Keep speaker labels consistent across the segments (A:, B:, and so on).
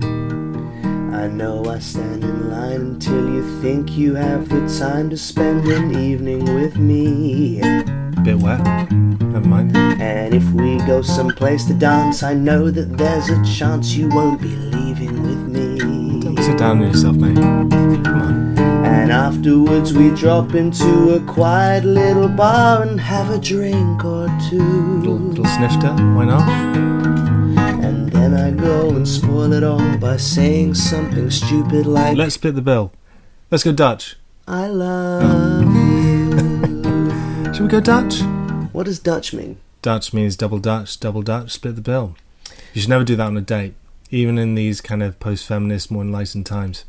A: I know I stand in line until you think you have the time to spend an evening with me.
B: Bit wet. Never mind.
A: And if we go someplace to dance, I know that there's a chance you won't be leaving with me.
B: Sit down on yourself, mate. Come on.
A: And afterwards, we drop into a quiet little bar and have a drink or
B: Little,
A: two.
B: little snifter. Why not?
A: And then I go and spoil it all by saying something stupid like,
B: Let's split the bill. Let's go Dutch.
A: I love you.
B: Should we go Dutch?
A: what does Dutch mean?
B: Dutch means double Dutch, double Dutch, split the bill. You should never do that on a date, even in these kind of post-feminist, more enlightened times.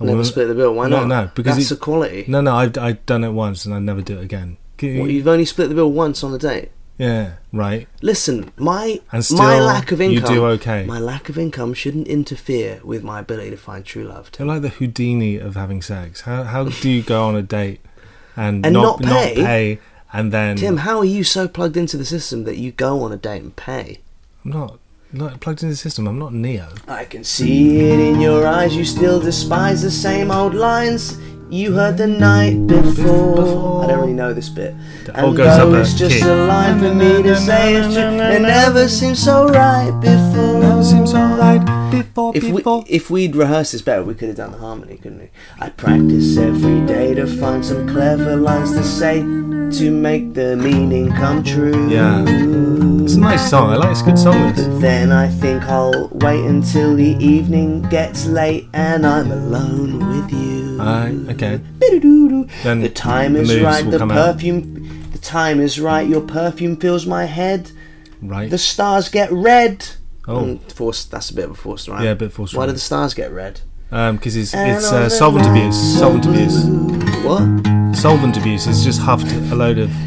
B: A
A: Never
B: woman-
A: split the bill. Why
B: no,
A: not?
B: No, because
A: that's
B: it-
A: equality.
B: No, no, I've, I've done it once and I'd never do it again. C-
A: Well, you've only split the bill once on a date.
B: yeah, right.
A: Listen, my
B: And still,
A: my lack of
B: you
A: income.
B: do okay.
A: My lack of income shouldn't interfere with my ability to find true love.
B: You're like the Houdini of having sex. How, how do you go on a date and,
A: And
B: not,
A: not pay?
B: pay and then.
A: Tim, how are you so plugged into the system that you go on a date and pay?
B: I'm not, not plugged into the system, I'm not Neo.
A: I can see it in your eyes. You still despise the same old lines you heard the night before.
B: before.
A: I don't really know this bit.
B: It all
A: And
B: goes up
A: though
B: a
A: it's just
B: key.
A: a line for me to say, it's true. It never seemed so right before.
B: Never seems alright before,
A: If we
B: before.
A: if we'd rehearsed this better, we could have done the harmony, couldn't we? I practice every day to find some clever lines to say to make the meaning come true.
B: Yeah. It's a nice song. I like It's a good song, this.
A: But then I think I'll wait until the evening gets late and I'm alone with you.
B: Aye, okay.
A: Bididoo-doo.
B: Then
A: the time
B: the
A: is
B: moves
A: right.
B: will
A: The
B: come out.
A: perfume. The time is right. Your perfume fills my head.
B: Right.
A: The stars get red.
B: Oh.
A: Mm, forced. That's a bit of a forced rhyme.
B: Yeah, a bit forced
A: Why do
B: rhyme.
A: the stars get red?
B: Because it's,
A: And
B: it's
A: on
B: uh,
A: the
B: solvent
A: night
B: abuse.
A: so
B: Solvent abuse.
A: blue. What?
B: Solvent abuse. It's just huffed a load of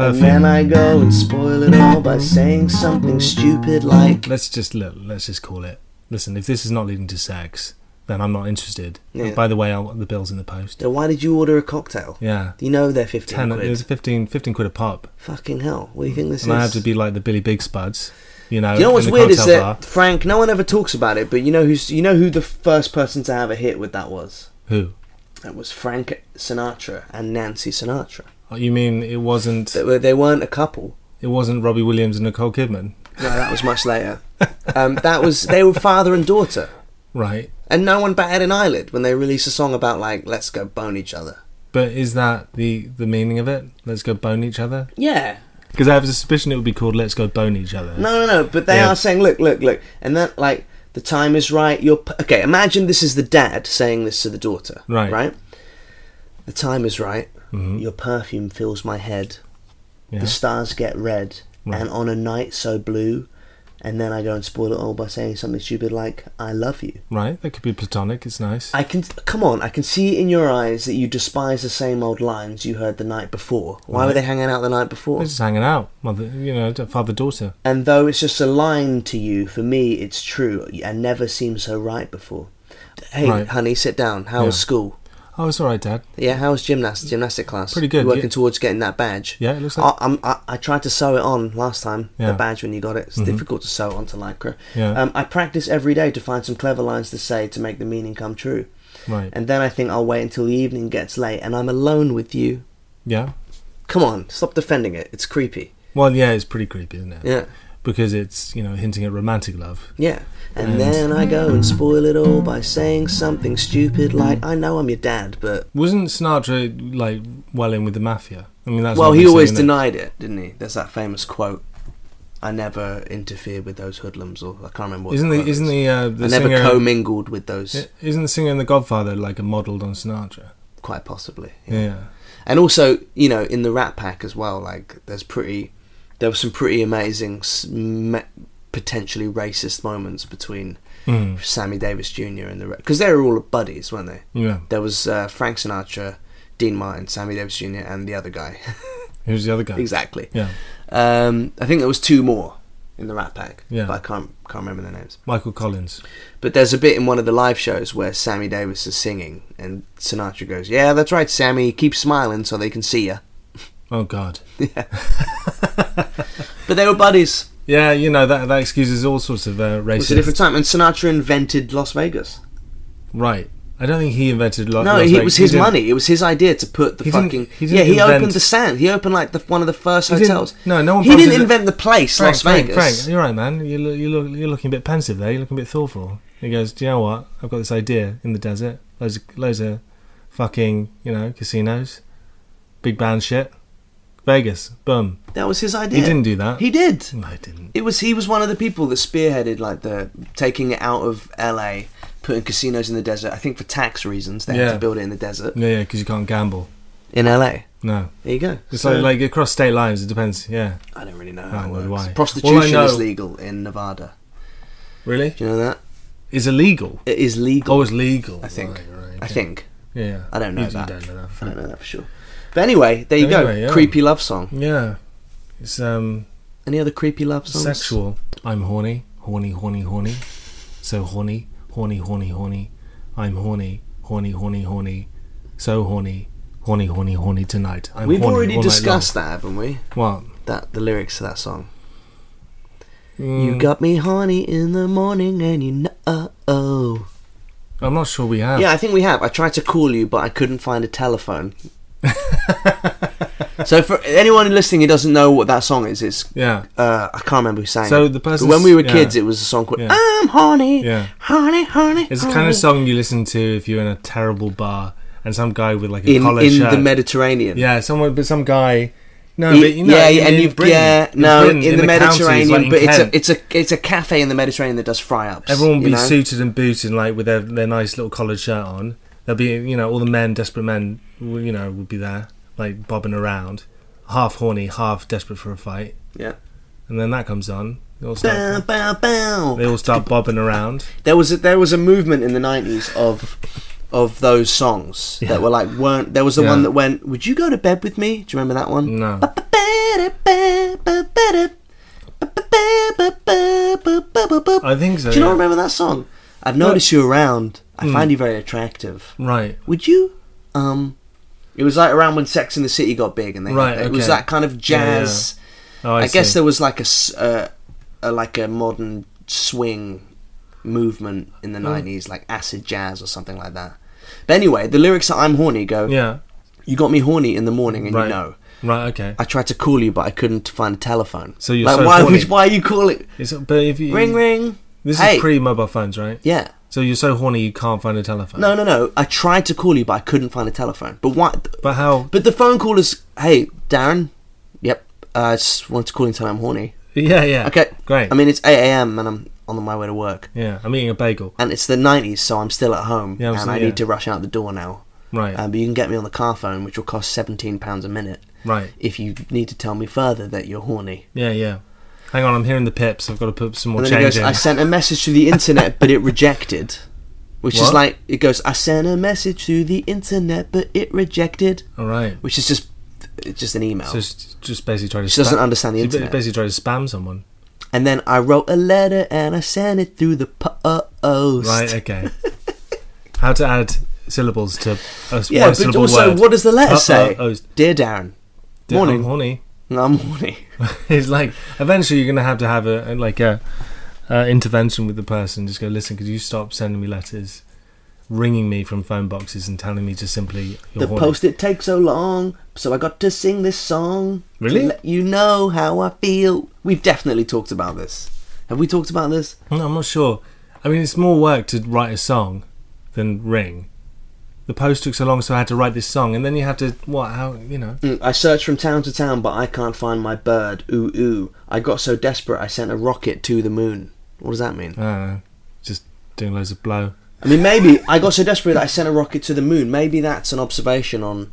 A: And then
B: perfume.
A: I go and spoil it all by saying something stupid like,
B: Let's just look. Let's just call it. Listen, if this is not leading to sex, then I'm not interested.
A: Yeah.
B: By the way, I'll, the bill's in the post.
A: "Then why did you order a cocktail?
B: Yeah.
A: You know they're fifteen
B: Ten,
A: quid.
B: it was 15, 15 quid a pop.
A: Fucking hell! What do you think this
B: And
A: is?"
B: I have to be like the Billy Big Spuds. You know,
A: you know what's
B: in the
A: weird is
B: cocktail
A: that
B: bar.
A: Frank. No one ever talks about it, but you know who's you know who the first person to have a hit with that was.
B: Who?
A: That was Frank Sinatra and Nancy Sinatra.
B: Oh, You mean it wasn't
A: They, were, they weren't a couple.
B: it wasn't Robbie Williams and Nicole Kidman,
A: No, that was much later. Um, that was they were father and daughter.
B: right?
A: And no one batted an eyelid when they released a song about like let's go bone each other.
B: But is that the the meaning of it? Let's go bone each other.
A: Yeah.
B: Because I have a suspicion it would be called "Let's Go Bone Each Other."
A: No, no, no. But they
B: Yeah.
A: are saying, look, look, look, and that like the time is right. You're p- okay. Imagine this is the dad saying this to the daughter.
B: Right. Mm-hmm.
A: Right. The time is right. Your perfume fills my head.
B: Yeah.
A: The stars get red,
B: Right.
A: and on a night so blue. And then I go and spoil it all by saying something stupid like "I love you."
B: Right, that could be platonic. It's nice.
A: I can come on. I can see in your eyes that you despise the same old lines you heard the night before. Why were
B: Right.
A: they hanging out the night before?
B: They're just hanging out, mother. You know, father daughter.
A: And though it's just a line to you, for me it's true and never seemed so right before. Hey,
B: Right.
A: honey, sit down. How was
B: Yeah.
A: school?
B: Oh, it's all right, Dad.
A: Yeah, how was gymnast gymnastic class?
B: Pretty good,
A: You working
B: yeah.
A: towards getting that badge.
B: Yeah, it looks like-
A: I, I'm, I, I tried to sew it on last time.
B: Yeah. Mm-hmm.
A: The badge when you got it, it's difficult to sew it onto lycra.
B: Yeah.
A: Um, I practice every day to find some clever lines to say to make the meaning come true.
B: Right.
A: And then I think I'll wait until the evening gets late and I'm alone with you.
B: yeah.
A: Come on, stop defending it. It's creepy.
B: Well, yeah, it's pretty creepy, isn't it?
A: Yeah.
B: Because it's you know hinting at romantic love.
A: Yeah. And
B: And-
A: then I go and spoil it all by saying something stupid like, I know I'm your dad, but.
B: Wasn't Sinatra like well in with the mafia? I mean, that's
A: well,
B: what
A: he
B: they say,
A: always
B: isn't it?
A: denied it, didn't he? There's that famous quote. I never interfered with those hoodlums, or I can't remember what.
B: Isn't
A: the
B: the
A: quote
B: isn't
A: is.
B: the uh, the
A: I
B: singer
A: never commingled with those,
B: i- isn't the singer in the Godfather like a modelled on Sinatra?
A: quite possibly.
B: Yeah.
A: And also, you know, in the Rat Pack as well, like there's pretty there were some pretty amazing, s- me- potentially racist moments between
B: Mm.
A: Sammy Davis Jr. and the because they were all buddies, weren't they?
B: Yeah.
A: There was uh, Frank Sinatra, Dean Martin, Sammy Davis Jr., and the other guy.
B: Who's the other guy?
A: exactly.
B: Yeah.
A: Um, I think there was two more in the Rat Pack,
B: Yeah.
A: but I can't can't remember their names.
B: Michael Collins.
A: But there's a bit in one of the live shows where Sammy Davis is singing, and Sinatra goes, "Yeah, that's right, Sammy. Keep smiling so they can see you."
B: Oh God.
A: But they were buddies.
B: Yeah, you know that that excuses all sorts of uh,
A: It was a
B: racist.
A: different time, and Sinatra invented Las Vegas.
B: right. I don't think he invented. Lo-
A: No,
B: Oh, Las
A: he, it
B: Vegas.
A: was his
B: didn't-
A: money. It was his idea to put the
B: He didn't-
A: fucking
B: he didn't
A: yeah. He opened
B: invent-
A: the sand. He opened like the, one of the first
B: He didn't-
A: hotels.
B: no, no one
A: He
B: passes
A: didn't
B: it-
A: invent the place,
B: Frank,
A: Las
B: Frank,
A: Vegas.
B: Frank, you're right, man. You look, you look, you're looking a bit pensive there. You're looking a bit thoughtful. He goes, "Do you know what? I've got this idea in the desert. Loads, of, loads of fucking, you know, casinos, big band shit. Vegas, boom.
A: That was his idea.
B: He didn't do that.
A: He did.
B: No, he didn't.
A: It was he was one of the people that spearheaded like the taking it out of L.A., putting casinos in the desert. I think for tax reasons they had
B: Yeah. Mm.
A: to build it in the desert
B: Yeah, yeah, because you can't gamble.
A: in L.A.
B: No,
A: There you go.
B: it's
A: So-
B: like, like across state lines. It depends. Yeah,
A: I don't really know
B: I
A: how it
B: don't
A: works.
B: know why. All I
A: Prostitution
B: know-
A: is legal in Nevada.
B: really.
A: Do you know that?
B: It's illegal.
A: It is legal.
B: Oh, it's legal.
A: I think.
B: Right, right,
A: I
B: okay.
A: think.
B: Yeah.
A: I don't know
B: You- you
A: that.
B: don't know that.
A: I don't know that for sure. But anyway, there you
B: Anyway,
A: go.
B: yeah.
A: Creepy love song.
B: Yeah. It's um
A: Any other creepy love songs?
B: sexual. I'm horny, horny, horny, horny. So horny, horny, horny, horny. I'm horny, horny, horny, horny. So horny, horny, horny, horny tonight. I'm
A: We've
B: horny
A: already
B: all night
A: discussed that, haven't we?
B: long.
A: That the lyrics to that song.
B: what.
A: You
B: Mm,
A: got me horny in the morning, and you know. Oh.
B: I'm not sure we have.
A: Yeah, I think we have. I tried to call you, but I couldn't find a telephone. so for anyone listening who doesn't know what that song is, it's
B: Yeah.
A: uh, I can't remember who sang
B: So
A: it.
B: the
A: But
B: person's-
A: when we were
B: yeah.
A: kids, it was a song called
B: Yeah.
A: "I'm Horny,
B: Yeah.
A: Horny, Horny."
B: It's the
A: horny.
B: kind of song you listen to if you're in a terrible bar and some guy with like a
A: in
B: collar
A: in
B: shirt.
A: the Mediterranean.
B: Yeah, someone, but some guy. No,
A: Ye-
B: but you know,
A: yeah,
B: in,
A: and
B: in
A: you've
B: Britain,
A: yeah,
B: in
A: no,
B: Britain,
A: in, the,
B: counties, like
A: Mediterranean,
B: in
A: but
B: Kent.
A: it's a it's a it's a cafe in the Mediterranean that does fry ups.
B: Everyone will
A: you
B: be
A: know?
B: suited and booted, like with their, their nice little collared shirt on. There'll be, you know, all the men, desperate men, will, you know, will be there, like bobbing around, half horny, half desperate for a fight.
A: Yeah.
B: And then that comes on. They all
A: Bow,
B: start,
A: bow, bow.
B: they all start bobbing around.
A: there was a, there was a movement in the nineties of of those songs
B: Yeah.
A: that were like weren't. There was the
B: Yeah.
A: one that went, "Would you go to bed with me?" Do you remember that one?
B: No. I think so.
A: Do you not
B: yeah. Hmm.
A: remember that song? I've noticed you around. I find you very attractive.
B: Right.
A: Would you? Um, it was like around when Sex in the City got big, and they
B: Right,
A: it was
B: okay.
A: that kind of
B: Yeah,
A: jazz.
B: Oh, I,
A: I, guess
B: see.
A: there was like a, s- uh, a like a modern swing movement in the
B: Mm.
A: nineties, like acid jazz or something like that. But anyway, the lyrics to "I'm horny" go,
B: Yeah.
A: "You got me horny in the morning, and
B: Right.
A: you know."
B: Right. Okay.
A: I tried to call you, but I couldn't find a telephone.
B: So you're
A: like,
B: so
A: why,
B: horny.
A: why are you calling?
B: It's, but if you
A: Ring, ring.
B: This
A: Hey.
B: is pre-mobile phones, right?
A: Yeah.
B: So you're so horny you can't find a telephone.
A: No, no, no. I tried to call you, but I couldn't find a telephone. But why?
B: But how?
A: But the phone call is, hey, Darren. Yep. I just wanted to call you and tell you I'm horny.
B: Yeah. Yeah.
A: Okay.
B: Great.
A: I mean, it's 8 a.m. and I'm on my way to work.
B: Yeah. I'm eating a bagel.
A: and it's the 90s, so I'm still at home,
B: Yeah, I'm
A: and
B: still-
A: I
B: yeah.
A: need to rush out the door now.
B: Right.
A: Uh, but you can get me on the car phone, which will cost seventeen pounds a minute.
B: right.
A: If you need to tell me further that you're horny,
B: Yeah, yeah. Hang on, I'm hearing the pips. I've got to put some more
A: and then
B: change
A: it goes,
B: in.
A: "I sent a message to the internet, but it rejected," which is
B: What?
A: like it goes, "I sent a message to the internet, but it rejected,"
B: All right.
A: which is just it's just an email.
B: So it's just basically try to.
A: She doesn't understand the
B: you ba-
A: internet.
B: Basically try to spam someone.
A: and then I wrote a letter and I sent it through the uh, post.
B: Right. Okay. How to add syllables to a
A: Yeah,
B: one
A: but
B: syllable
A: also,
B: word.
A: what does the letter
B: Uh,
A: say?
B: uh, o's.
A: Dear Darren,
B: Dude, I'm
A: morning.
B: horny.
A: I'm horny.
B: it's like eventually you're gonna have to have a, a like a, uh intervention with the person. Just go listen. Could you stop sending me letters, ringing me from phone boxes and telling me just simply you're
A: The
B: horny?
A: post it takes so long, so I got to sing this song.
B: Really?
A: To let you know how I feel. We've definitely talked about this. Have we talked about this?
B: No, I'm not sure. I mean, it's more work to write a song than ring. The post took so long, so I had to write this song, and then you have to what? How you know?
A: Mm, I searched from town to town, but I can't find my bird. Ooh ooh. I got so desperate I sent a rocket to the moon. What does that mean?
B: I don't know, Uh, just doing loads of blow.
A: I mean, maybe I got so desperate that I sent a rocket to the moon. Maybe that's an observation on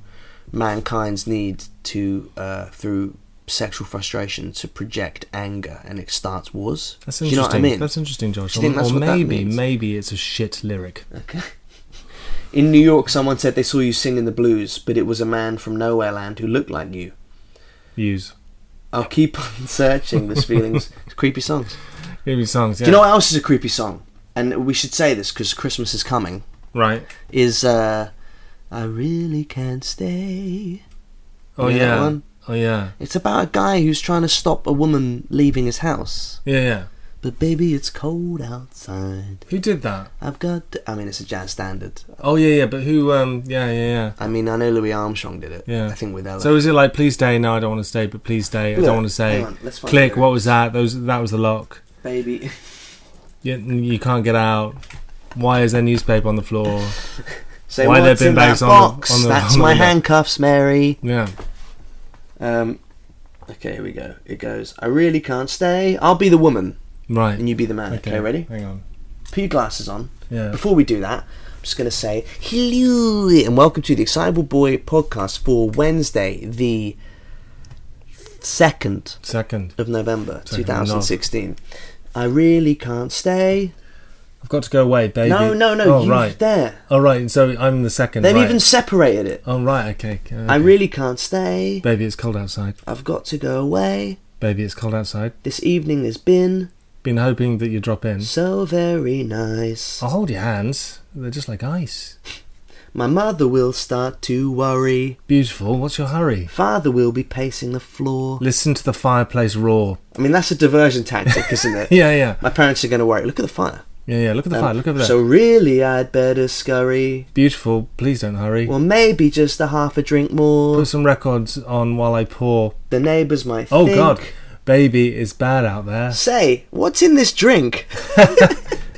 A: mankind's need to, uh, through sexual frustration to project anger and it starts wars.
B: That's
A: Do you know
B: interesting.
A: what I mean?
B: That's interesting, Josh.
A: Do you think
B: or
A: that's
B: or
A: what that
B: maybe,
A: means?
B: maybe it's a shit lyric.
A: Okay. In New York, someone said they saw you singing the blues, but it was a man from nowhere land who looked like you.
B: Use.
A: I'll keep on searching this feelings. It's creepy songs.
B: Maybe songs. Yeah.
A: Do you know what else is a creepy song? And we should say this because Christmas is coming.
B: Right.
A: Is uh, I really can't stay.
B: Oh
A: You know that
B: yeah.
A: one?
B: Oh yeah.
A: It's about a guy who's trying to stop a woman leaving his house.
B: Yeah yeah.
A: But baby, it's cold outside.
B: Who did that?
A: I've got. To, I mean, it's a jazz standard.
B: Oh yeah yeah. But who? Um. Yeah yeah yeah.
A: I mean, I know Louis Armstrong did it.
B: Yeah.
A: I think with Ella.
B: So is it like please stay? No, I don't want to stay. But please stay. I
A: Look,
B: don't want to stay.
A: hang on, let's find
B: Click.
A: it.
B: What was that? Those. That was the lock.
A: baby.
B: You, you can't get out. Why is there newspaper on the floor?
A: Say
B: Why they've
A: what's
B: been
A: in that
B: bags on the-
A: box?
B: on the-
A: That's
B: on the
A: my
B: window.
A: handcuffs, Mary.
B: Yeah.
A: Um, okay, here we go. It goes. I really can't stay. I'll be the woman,
B: Right.
A: and you be the man. Okay, ready?
B: Hang on.
A: Put your glasses on.
B: Yeah.
A: Before we do that, I'm just going to say hello and welcome to the Excitable Boy podcast for Wednesday, the second
B: Second.
A: of November,
B: Second of
A: 2016. I really can't stay.
B: I've got to go away, baby.
A: No, no, no.
B: Oh
A: you
B: right.
A: there.
B: All right. And so I'm the second.
A: They've
B: right.
A: even separated it.
B: Oh right. Okay. okay.
A: I really can't stay.
B: Baby, it's cold outside.
A: I've got to go away.
B: Baby, it's cold outside.
A: This evening has been
B: Been hoping that you drop in.
A: so very nice.
B: I'll hold your hands. They're just like ice.
A: My mother will start to worry.
B: Beautiful. What's your hurry?
A: Father will be pacing the floor.
B: Listen to the fireplace roar.
A: I mean, that's a diversion tactic, isn't it?
B: Yeah, yeah,
A: My parents are going to worry. Look at the fire.
B: yeah, yeah. Look at the
A: Um,
B: fire. Look over there.
A: So really, I'd better scurry.
B: Beautiful. Please don't hurry.
A: Well, maybe just a half a drink more.
B: Put some records on while I pour.
A: The neighbours might.
B: Oh
A: think.
B: God, baby, it's bad out there.
A: Say, what's in this drink?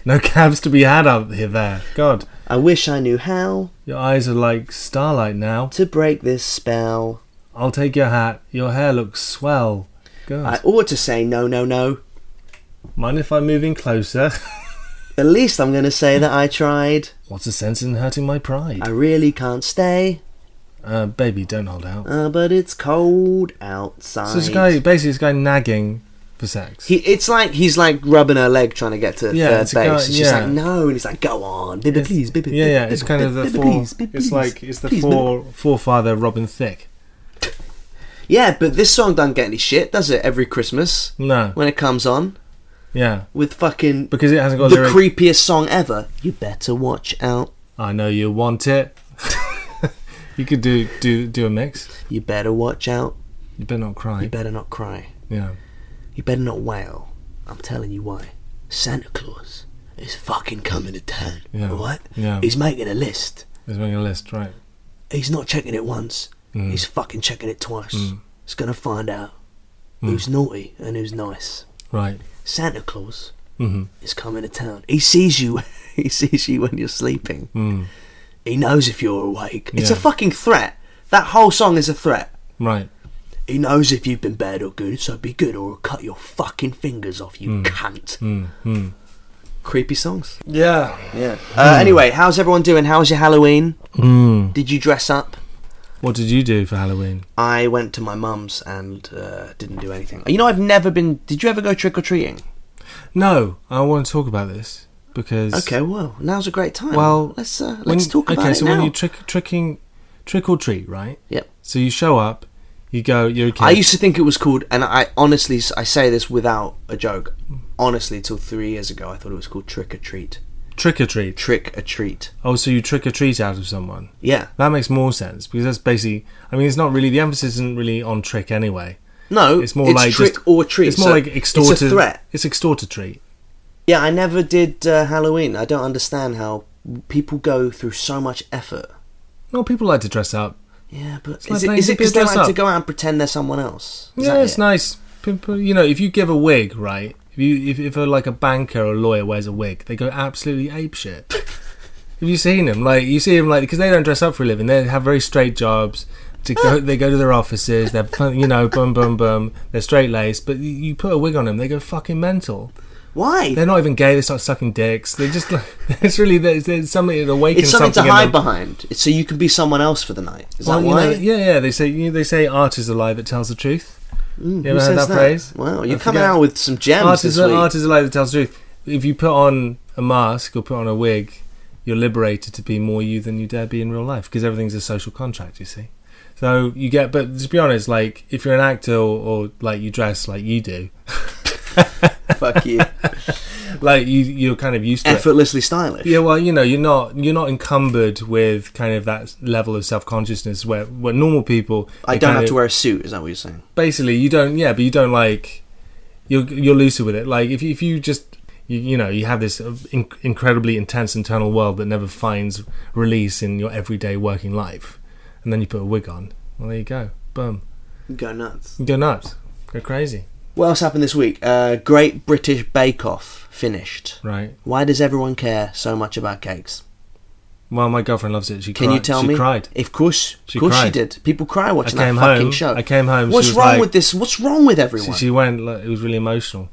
B: No cabs to be had out here. There. God,
A: I wish I knew how
B: your eyes are like starlight now.
A: to break this spell.
B: I'll take your hat. Your hair looks swell. God.
A: I ought to say no, no, no.
B: Mind if I'm moving closer?
A: At least I'm going to say that I tried.
B: What's the sense in hurting my pride?
A: I really can't stay,
B: Uh, baby, don't hold out.
A: uh, but it's cold outside.
B: So this guy, basically, this guy nagging for sex.
A: He, it's like he's like rubbing her leg trying to get to
B: Yeah,
A: third
B: it's
A: base.
B: a guy-
A: and she's
B: yeah.
A: like, no. And he's like, go on, Bibby,
B: It's-
A: please, Bibby.
B: yeah, yeah.
A: Bibby,
B: It's kind of the
A: Bibby,
B: fore.
A: please, Bibby,
B: it's
A: please,
B: like it's the
A: please, Bibby."
B: fore forefather Robin Thicke.
A: Yeah, but this song doesn't get any shit, does it? Every Christmas
B: No,
A: when it comes on
B: yeah,
A: with fucking
B: because it hasn't got
A: the
B: lyric.
A: creepiest song ever. You better watch out.
B: I know you want it. you could do do do a mix.
A: You better watch out.
B: You better not cry.
A: You better not cry.
B: yeah,
A: You better not wail. I'm telling you why. Santa Claus is fucking coming to town.
B: Yeah.
A: What?
B: Yeah.
A: He's making a list.
B: there's making a list, right?
A: He's not checking it once.
B: Mm.
A: He's fucking checking it twice. He's gonna find out
B: Mm.
A: who's naughty and who's nice.
B: Right.
A: Santa Claus
B: Mm-hmm.
A: is coming to town. He sees you. he sees you when you're sleeping.
B: Mm.
A: He knows if you're awake. It's a
B: Yeah.
A: fucking threat. That whole song is a threat.
B: Right.
A: He knows if you've been bad or good, so be good or I'll cut your fucking fingers off,
B: Mm.
A: you cunt. Creepy songs.
B: Yeah.
A: Yeah. Uh, Anyway, how's everyone doing? How was your Halloween?
B: Mm.
A: Did you dress up?
B: What did you do for Halloween?
A: I went to my mum's and uh, didn't do anything. You know, I've never been. Did you ever go trick or treating?
B: No, I want to talk about this because
A: Okay, well, now's a great time.
B: Well,
A: let's uh,
B: when-
A: let's talk about
B: okay,
A: it
B: so
A: now.
B: when you trick tricking, trick or treat, right?
A: yep.
B: So you show up, you go, you're a kid.
A: I used to think it was called, and I honestly, s- I say this without a joke. Honestly, till three years ago, I thought it was called trick or treat.
B: trick or treat.
A: Trick or treat.
B: Oh, so you trick or treat out of someone.
A: Yeah.
B: That makes more sense because that's basically. I mean, it's not really the emphasis isn't really on trick anyway.
A: No,
B: It's more like
A: trick
B: just-
A: or treat.
B: It's more
A: so
B: like extorted.
A: It's a threat.
B: It's extorted treat.
A: Yeah, I never did uh, Halloween. I don't understand how people go through so much effort.
B: No, people like to dress up.
A: Yeah, but
B: like
A: is it
B: playing
A: is it because they
B: dress
A: like to
B: up.
A: go out and pretend they're someone else? Is
B: yeah,
A: that
B: it's
A: it?
B: nice. People, you know, if you give a wig, right? If you if, if a, like a banker or a lawyer wears a wig, they go absolutely apeshit. Have you seen them? Like you see them, like because they don't dress up for a living. They have very straight jobs. To go, they go to their offices. They're fun- you know, boom, boom, boom. They're straight laced, but you, you put a wig on them, they go fucking mental.
A: Why?
B: They're not even gay. They start sucking dicks. They just like it's really there's, there's something that awakens
A: it's something, to
B: in
A: hide
B: them.
A: behind. It's so you can be someone else for the night. Is
B: Well,
A: that
B: you
A: why?
B: know, yeah, yeah. They say you know, they say art is a lie that tells the truth.
A: Mm,
B: You ever heard that, phrase?
A: Wow, you're
B: I
A: coming
B: forget.
A: out with some gems
B: Art
A: this
B: is,
A: week.
B: art is a lie that tells the truth. If you put on a mask or put on a wig, you're liberated to be more you than you dare be in real life because everything's a social contract, you see. So you get, but to be honest, like if you're an actor or, or like you dress like you do,
A: Fuck you.
B: like you you're kind of used to it.
A: Effortlessly stylish.
B: Yeah, well, you know, you're not you're not encumbered with kind of that level of self consciousness where where normal people
A: I
B: they
A: don't
B: kind
A: have
B: of-
A: to wear a suit. Is that what you're saying?
B: basically you don't yeah but you don't like you're you're looser with it like if you, if you just you, you know you have this uh, in- incredibly intense internal world that never finds release in your everyday working life and then you put a wig on well there you go boom
A: Go nuts.
B: you go nuts go crazy
A: What else happened this week? Uh, Great British Bake Off finished.
B: right
A: Why does everyone care so much about cakes?
B: well my girlfriend loves it she
A: Can
B: cried.
A: you tell
B: she
A: me?
B: cried
A: Of course,
B: She
A: of course she
B: cried.
A: did. People cry watching
B: I came
A: that fucking
B: home-
A: show.
B: I came home, she
A: What's
B: was
A: wrong
B: like-
A: with this? What's wrong with
B: she,
A: everyone?
B: she went like, it was really emotional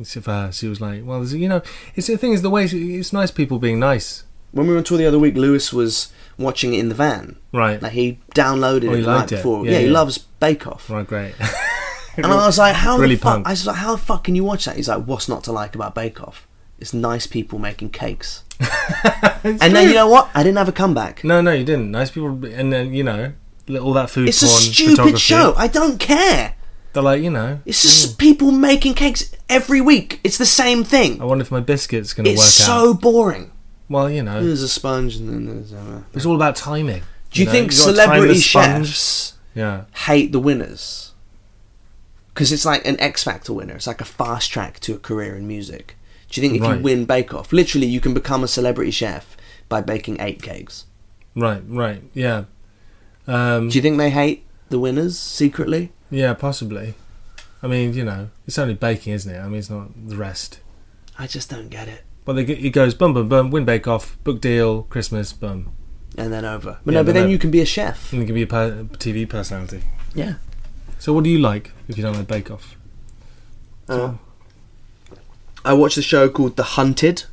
B: It's for her she was like well you know it's the thing is the way she, it's nice people being nice
A: when we were on tour the other week, Lewis was watching it in the van.
B: right
A: Like he downloaded
B: Oh,
A: it
B: he
A: the night
B: liked it.
A: before. Yeah,
B: Yeah,
A: he
B: yeah.
A: loves Bake Off.
B: right great
A: And I was like, how
B: Really
A: the fuck?
B: punk.
A: I was like, how the fuck can you watch that? He's like, what's not to like about Bake Off? It's nice people making cakes. and then you know what? I didn't have a comeback.
B: No, no, you didn't. Nice people, and then you know, li- all that food.
A: it's a
B: porn,
A: stupid
B: photography.
A: show. I don't care.
B: They're like, you know,
A: It's just people making cakes every week. It's the same thing.
B: I wonder if my biscuit's going to work
A: It's so
B: out.
A: boring.
B: Well, you know,
A: There's a sponge and then there's. uh, A...
B: it's all about timing.
A: Do you,
B: know?
A: think
B: You've got a
A: celebrity
B: timeless sponge.
A: chefs
B: Yeah,
A: hate the winners? Because it's like an X Factor winner. It's like a fast track to a career in music. Do you think if
B: Right.
A: you win Bake Off, literally you can become a celebrity chef by baking eight cakes?
B: right, right, yeah, um,
A: Do you think they hate the winners secretly?
B: yeah, possibly. I mean, you know, it's only baking, isn't it? I mean, it's not the rest.
A: I just don't get it.
B: But they, g- it goes bum bum bum, win bake off, book deal, Christmas, bum,
A: And then over. But
B: Yeah,
A: no, but
B: but
A: then
B: no.
A: you can be a chef.
B: and it can be a per- TV personality.
A: Yeah.
B: So, what do you like if you don't like Bake Off?
A: Uh, I watched a show called The Hunted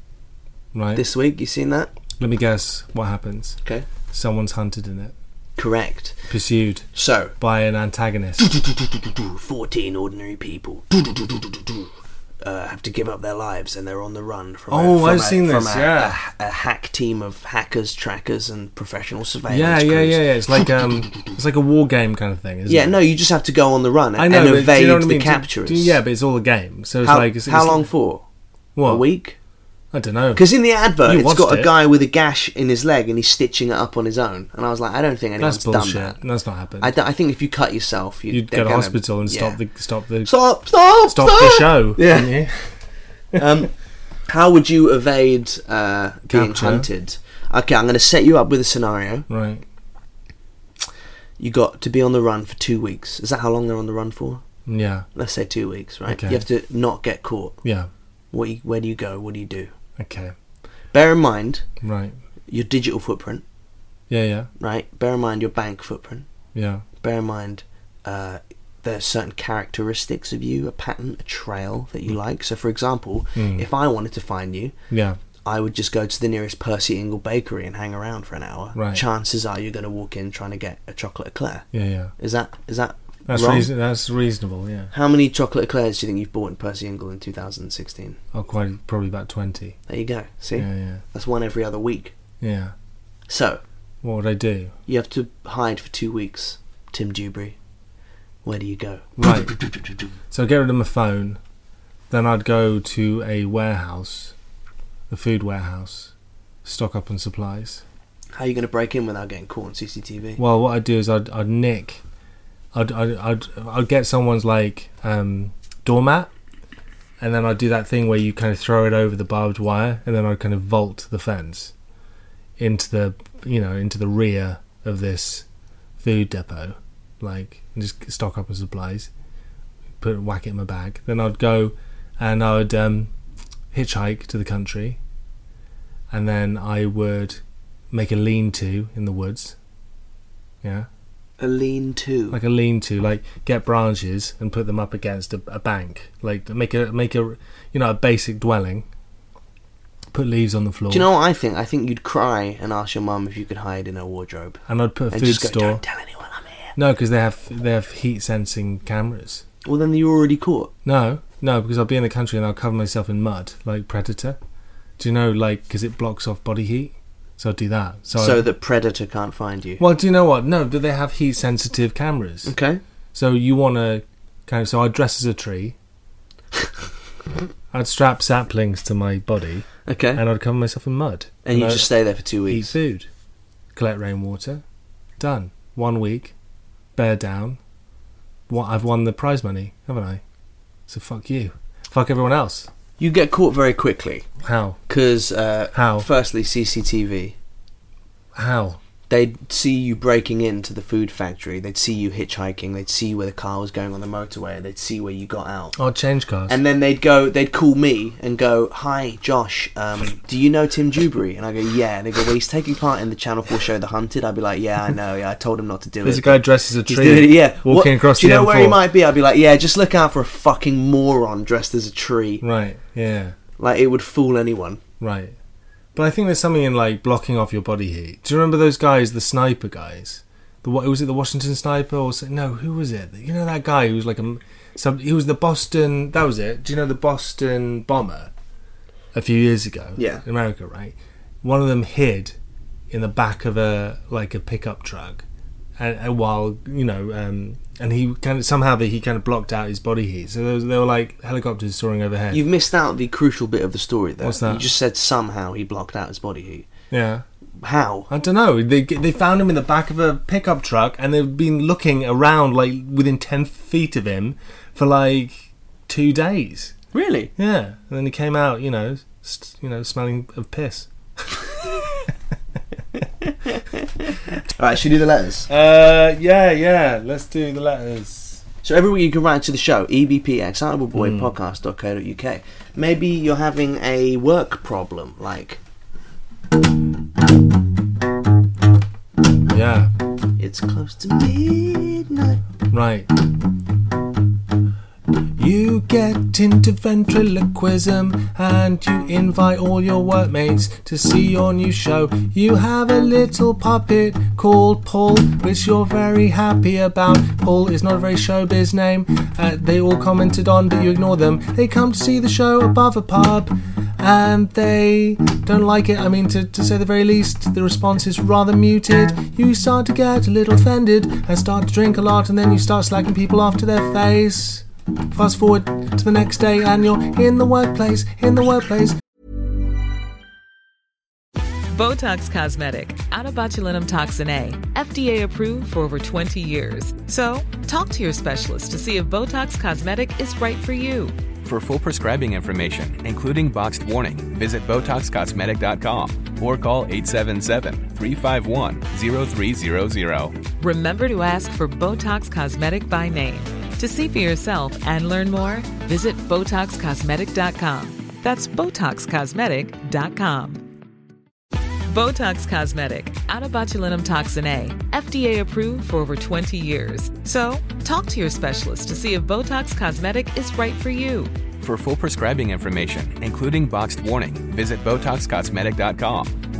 B: Right.
A: this week. You seen that?
B: Let me guess. What happens?
A: Okay.
B: Someone's hunted in it,
A: Correct.
B: pursued.
A: So,
B: by an antagonist.
A: 14 ordinary people uh, have to give up their lives and they're on the run from a-
B: Oh,
A: from
B: I've
A: a-
B: seen
A: from
B: this,
A: a-
B: yeah.
A: a, a hack team of hackers trackers and professional surveillance
B: yeah, yeah, yeah,
A: crews.
B: yeah. It's like um, it's like a war game kind of thing, isn't
A: yeah
B: it?
A: no you just have to go on the run and,
B: I know.
A: and
B: but
A: evade
B: do you know what I
A: the
B: mean? Do-
A: capturers
B: do- yeah, but it's all a game, so it's
A: how,
B: like it's,
A: how
B: it's-
A: long for
B: What
A: a week
B: I don't know.
A: because in the advert
B: You
A: it's
B: watched
A: got a
B: it.
A: guy with a gash in his leg and he's stitching it up on his own and I was like I don't think
B: that's
A: anyone's done
B: bullshit.
A: that
B: That's not happened.
A: I, don't- I think if you cut yourself you,
B: You'd
A: they're
B: go to
A: gonna-
B: hospital and
A: yeah.
B: stop the stop the
A: stop stop
B: stop the show.
A: Yeah.
B: wouldn't you?
A: Um, how would you evade uh, being
B: Capture.
A: hunted? Okay, I'm going to set you up with a scenario.
B: Right.
A: You got to be on the run for two weeks. Is that how long they're on the run for?
B: Yeah.
A: Let's say two weeks, right?
B: Okay.
A: You have to not get caught.
B: Yeah.
A: What? You, where do you go? What do you do?
B: Okay.
A: Bear in mind
B: Right.
A: your digital footprint,
B: Yeah. Yeah.
A: right? Bear in mind your bank footprint.
B: Yeah.
A: Bear in mind uh, there are certain characteristics of you, a pattern, a trail that you
B: Mm.
A: like. So, for example, if I wanted to find you,
B: Yeah.
A: I would just go to the nearest Percy Ingle bakery and hang around for an hour.
B: Right.
A: Chances are you're going to walk in trying to get a chocolate eclair.
B: Yeah. Yeah.
A: Is that is that
B: That's
A: wrong?
B: reason- that's reasonable. Yeah.
A: How many chocolate eclairs do you think you've bought in Percy Ingle in 2016?
B: Oh, quite probably about twenty.
A: There you go. See,
B: Yeah. Yeah.
A: that's one every other week.
B: Yeah.
A: So
B: What would I do?
A: you have to hide for two weeks. Tim Dewberry, where do you go?
B: Right. So I'd get rid of my phone. Then I'd go to a warehouse, a food warehouse, stock up on supplies.
A: How are you going to break in without getting caught on CCTV?
B: Well, what I'd do is I'd, I'd nick, I'd, I'd, I'd, I'd get someone's like um, doormat, and then I'd do that thing where you kind of throw it over the barbed wire, and then I'd kind of vault the fence into the you know into the rear of this food depot, like and just stock up on supplies, put whack it in my bag. Then I'd go and I would um, hitchhike to the country, and then I would make a lean-to in the woods. Yeah,
A: A lean-to.
B: like a lean-to, like get branches and put them up against a, a bank, like make a make a you know a basic dwelling. Put leaves on the floor,
A: do you know what I think? I think you'd cry and ask your mum if you could hide in her wardrobe.
B: and I'd put a
A: and
B: food
A: just go,
B: store.
A: Don't tell anyone I'm here.
B: No, because they have they have heat sensing cameras.
A: Well, then you're already caught.
B: No, no, because I'll be in the country and I'll cover myself in mud like Predator. Do you know, like, because it blocks off body heat? So I'll do that. So,
A: So
B: I-
A: that predator can't find you.
B: well, do you know what? No, but they have heat sensitive cameras.
A: Okay.
B: So you want to kind of. So I'd dress as a tree. I'd strap saplings to my body
A: Okay. And,
B: and I'd cover myself in mud.
A: you
B: I'd
A: just stay there for two
B: eat
A: weeks.
B: food, collect rainwater. Done. One week, bear down. What I've won the prize money, haven't I? So fuck you. Fuck everyone else.
A: You get caught very quickly
B: How?
A: because uh,
B: How?
A: Firstly, CCTV.
B: How?
A: They'd see you breaking into the food factory. They'd see you hitchhiking. They'd see where the car was going on the motorway. They'd see where you got out.
B: I'll change cars.
A: And then they'd go, they'd call me and go, "Hi, Josh. Um, do you know Tim Dewberry?" And I go, "Yeah." And they go, "Well, he's taking part in the Channel Four show, The Hunted." I'd be like, "Yeah, I know. Yeah, I told him not to do
B: There's
A: it."
B: a guy dressed as a
A: He's
B: tree,
A: doing it, yeah.
B: walking
A: What-
B: across
A: Do you
B: the
A: know
B: M4.
A: where he might be? I'd be like, "Yeah, just look out for a fucking moron dressed as a tree."
B: Right. Yeah.
A: Like it would fool anyone.
B: Right. But I think there's something in like blocking off your body heat. Do you remember those guys, the sniper guys? The what was it, the Washington sniper or so, no? Who was it? You know that guy who was like a m- some. He was the Boston. That was it. Do you know the Boston bomber? A few years ago,
A: Yeah.
B: in America, right? One of them hid in the back of a like a pickup truck, and, and while you know, um, and he kind of somehow that he kind of blocked out his body heat. So there, was, there were like helicopters soaring overhead.
A: You've missed out the crucial bit of the story, though.
B: What's that?
A: You just said somehow he blocked out his body heat.
B: yeah.
A: How?
B: I don't know. They they found him in the back of a pickup truck, and they've been looking around like within ten feet of him for like two days.
A: Really?
B: Yeah, and then he came out, you know, st- you know, smelling of piss.
A: All right, should we do the letters?
B: Uh, yeah, yeah. Let's do the letters.
A: So every week you can write to the show, E EBP, excitableBoyPodcast.co.uk. Maybe you're having a work problem, like
B: Yeah,
A: it's close to midnight.
B: right. You get into ventriloquism and you invite all your workmates to see your new show. You have a little puppet called Paul, which you're very happy about. Paul is not a very showbiz name. Uh, they all commented on, but you ignore them. They come to see the show above a pub and they don't like it. I mean, to, to say the very least, the response is rather muted. You start to get a little offended and start to drink a lot, and then you start slacking people off to their face. Fast forward to the next day, and you're in the workplace, in the workplace,
C: Botox Cosmetic, out of botulinum toxin A, FDA approved for over 20 years. So, talk to your specialist to see if Botox Cosmetic is right for you.
D: For full prescribing information, including boxed warning, visit BotoxCosmetic.com or call 877-351-0300.
C: Remember to ask for Botox Cosmetic by name. To see for yourself and learn more, visit BotoxCosmetic.com. That's BotoxCosmetic.com. Botox Cosmetic, out of botulinum toxin A, FDA approved for over 20 years. So, talk to your specialist to see if Botox Cosmetic is right for you.
D: For full prescribing information, including boxed warning, visit BotoxCosmetic.com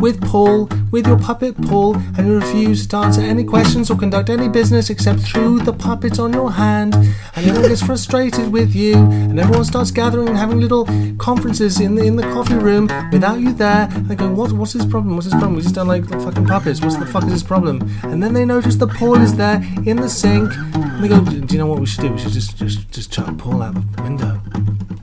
B: with Paul, with your puppet Paul, and you refuse to answer any questions or conduct any business except through the puppet on your hand. And everyone gets frustrated with you, and everyone starts gathering and having little conferences in the in the coffee room without you there. And they go, what, what's his problem? What's his problem? We just don't like the fucking puppets. What's the fuck is his problem? And then they notice that Paul is there in the sink, and they go, do do you know what we should do? We should just just just chuck Paul out the window.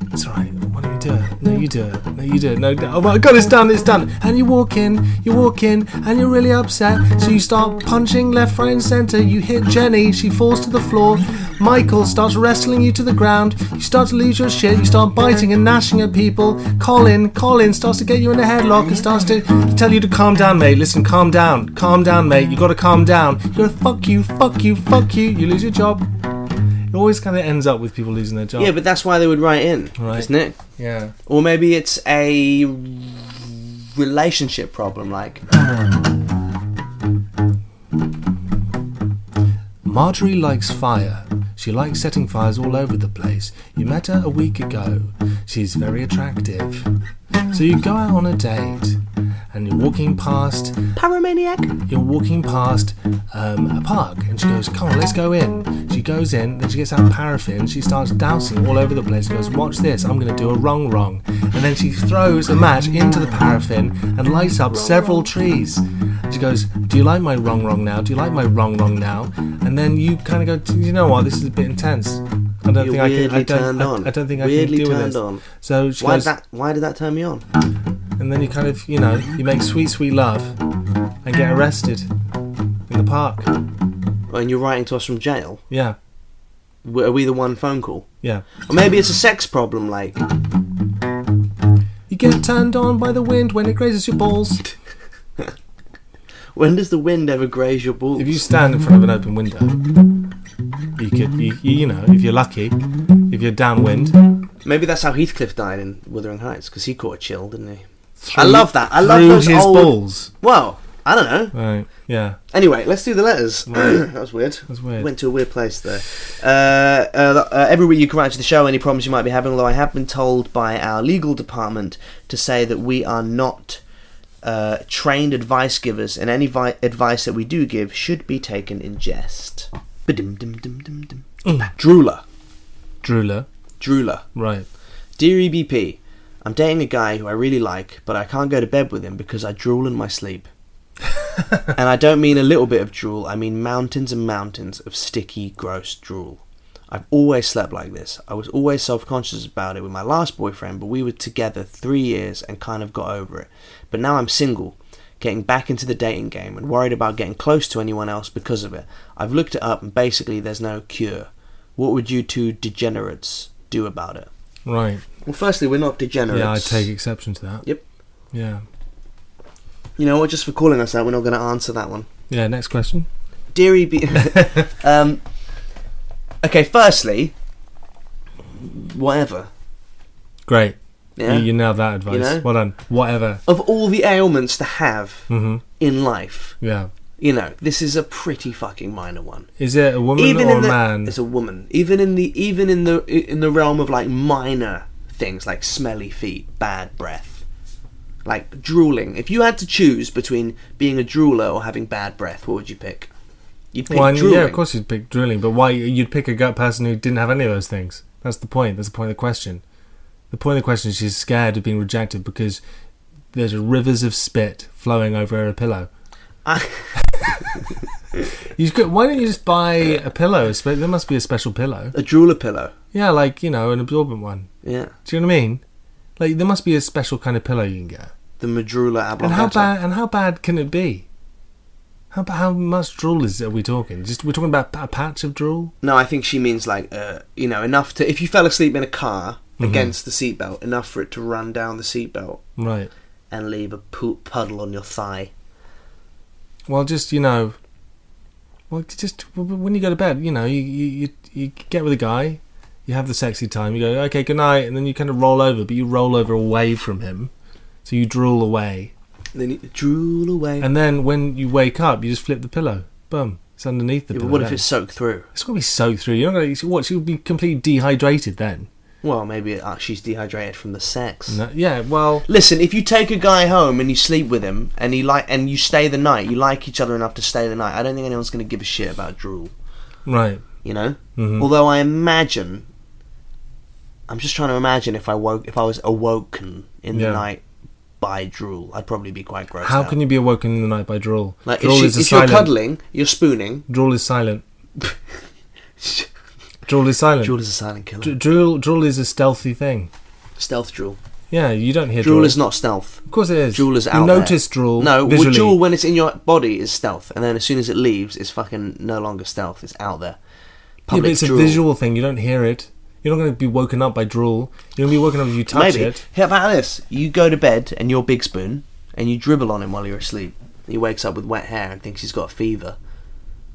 B: That's right. Why don't you do it? No, you do it. No, you do it. No, oh my god, it's done, it's done. And you walk in, you walk in, and you're really upset. So you start punching left, right, and centre. You hit Jenny, she falls to the floor. Michael starts wrestling you to the ground. You start to lose your shit. You start biting and gnashing at people. Colin, Colin starts to get you in a headlock and starts to tell you to calm down, mate. Listen, calm down, calm down, mate. You got to calm down. You're fuck you, fuck you, fuck you. You lose your job. It always kind of ends up with people losing their job.
A: Yeah, but that's why they would write in,
B: Right.
A: isn't it?
B: yeah.
A: Or maybe it's a relationship problem, like
B: Marjorie likes fire. She likes setting fires all over the place. You met her a week ago. She's very attractive. So you go out on a date, and you're walking past
A: Pyromaniac?
B: you're walking past um, a park and she goes, Come on, let's go in. She goes in, then she gets out paraffin, she starts dousing all over the place, goes, Watch this, I'm going to do a wrong wrong. And then she throws a match into the paraffin and lights up several trees. She goes, Do you like my wrong wrong now? Do you like my wrong wrong now? And then you kind of go, You know what, this is a bit intense. I don't
A: You're
B: think I can. I
A: weirdly
B: don't,
A: turned
B: I,
A: on.
B: I don't think
A: Weirdly
B: I can deal with
A: turned
B: this.
A: on.
B: So she
A: Why
B: goes,
A: did that? Why did that turn me on?
B: and then you kind of, you know, you make sweet, sweet love, and get arrested in the park.
A: And you're writing to us from jail.
B: Yeah,
A: W- Are we the one phone call?
B: yeah.
A: Or maybe it's a sex problem. Like,
B: You get turned on by the wind when it grazes your balls.
A: when does the wind ever graze your balls?
B: If you stand in front of an open window, you could, you, you know, if you're lucky, if you're downwind.
A: Maybe that's how Heathcliff died in Wuthering Heights because he caught a chill, didn't he?
B: through-
A: I love that. I love
B: through
A: those
B: his
A: old-
B: balls.
A: Well, I don't know.
B: Right. Yeah.
A: Anyway, let's do the letters. that was weird. That
B: was weird.
A: Went to a weird place there. Uh, uh, uh, every week you can write to the show any problems you might be having, although I have been told by our legal department to say that we are not uh, trained advice givers, and any vi- advice that we do give should be taken in jest. Ba-dim, dim, dim, dim, dim. Drooler.
B: Drooler.
A: Drooler.
B: Right.
A: Dear EBP, I'm dating a guy who I really like, but I can't go to bed with him because I drool in my sleep. and I don't mean a little bit of drool, I mean mountains and mountains of sticky, gross drool. I've always slept like this. I was always self conscious about it with my last boyfriend, but we were together three years and kind of got over it. But now I'm single, getting back into the dating game and worried about getting close to anyone else because of it. I've looked it up and basically there's no cure. What would you two degenerates do about it?
B: Right.
A: Well, firstly, we're not degenerates.
B: Yeah, I take exception to that.
A: Yep.
B: Yeah.
A: You know what? Just for calling us that, we're not going to answer that one.
B: Yeah. Next question.
A: Dear EB. um, okay, firstly, whatever.
B: Great.
A: Yeah.
B: You, you nailed that advice.
A: know?
B: Well done. Whatever.
A: Of all the ailments to have
B: Mm-hmm.
A: in life,
B: Yeah.
A: you know, this is a pretty fucking minor one.
B: Is it a woman
A: even
B: or
A: in
B: a
A: the,
B: man?
A: it's a woman. Even in the even in the in the realm of like minor things like smelly feet, bad breath, like drooling. If you had to choose between being a drooler or having bad breath, what would you pick? You'd pick
B: Well, I-
A: drooling.
B: yeah, of course you'd pick drilling, but why you'd pick a gut person who didn't have any of those things? That's the point. That's the point of the question. The point of the question is she's scared of being rejected because there's rivers of spit flowing over her pillow.
A: I-
B: You could, why don't you just buy a pillow? A spe- There must be a special pillow.
A: A drooler pillow.
B: Yeah, like you know, an absorbent one.
A: Yeah.
B: Do you know what I mean? Like there must be a special kind of pillow you can get.
A: The Madrula ablongata.
B: and how bad? And how bad can it be? How ba- how much drool is are we talking? Just we're talking about a patch of drool.
A: No, I think she means like, uh, you know, enough to. If you fell asleep in a car
B: Mm-hmm.
A: against the seatbelt, enough for it to run down the seatbelt
B: Right.
A: and leave a poop puddle on your thigh.
B: Well, just you know, well, just w- w- when you go to bed, you know, you you, you you get with a guy, you have the sexy time, you go, okay, good night, and then you kind of roll over, but you roll over away from him, so you drool away,
A: And then you drool away.
B: and then when you wake up, you just flip the pillow, boom, it's underneath the
A: Yeah, but
B: pillow.
A: what if
B: then.
A: it's soaked through?
B: It's gonna be soaked through. You're not gonna it's- what? You'll be completely dehydrated then.
A: Well, maybe uh, she's dehydrated from the sex.
B: No, yeah. Well,
A: Listen, if you take a guy home and you sleep with him and he like and you stay the night, you like each other enough to stay the night. I don't think anyone's going to give a shit about drool.
B: right. Mm-hmm.
A: you know.
B: Mm.
A: Although I imagine, I'm just trying to imagine if I woke, if I was awoken in
B: Yeah.
A: the night by drool, I'd probably be quite grossed
B: How
A: out.
B: can you be awoken in the night by drool?
A: Like if,
B: drool
A: she,
B: is a
A: if you're
B: silent.
A: cuddling, you're spooning.
B: drool is silent. drool is silent.
A: Drool is a silent killer.
B: Dr- Drool, drool is a stealthy thing.
A: stealth drool.
B: Yeah, you don't hear
A: Drool,
B: drool.
A: is not stealth.
B: Of course it is.
A: Drool is
B: you
A: out. there.
B: notice drool.
A: No, well,
B: visually.
A: drool when it's in your body is stealth, and then as soon as it leaves, it's fucking no longer stealth. It's out there.
B: Yeah, but
A: Public
B: it's
A: drool.
B: a visual thing. You don't hear it. You're not going to be woken up by drool. You're going to be woken up if you touch
A: Maybe.
B: it.
A: How about this? You go to bed and you're Big Spoon, and you dribble on him while you're asleep. He wakes up with wet hair and thinks he's got a fever.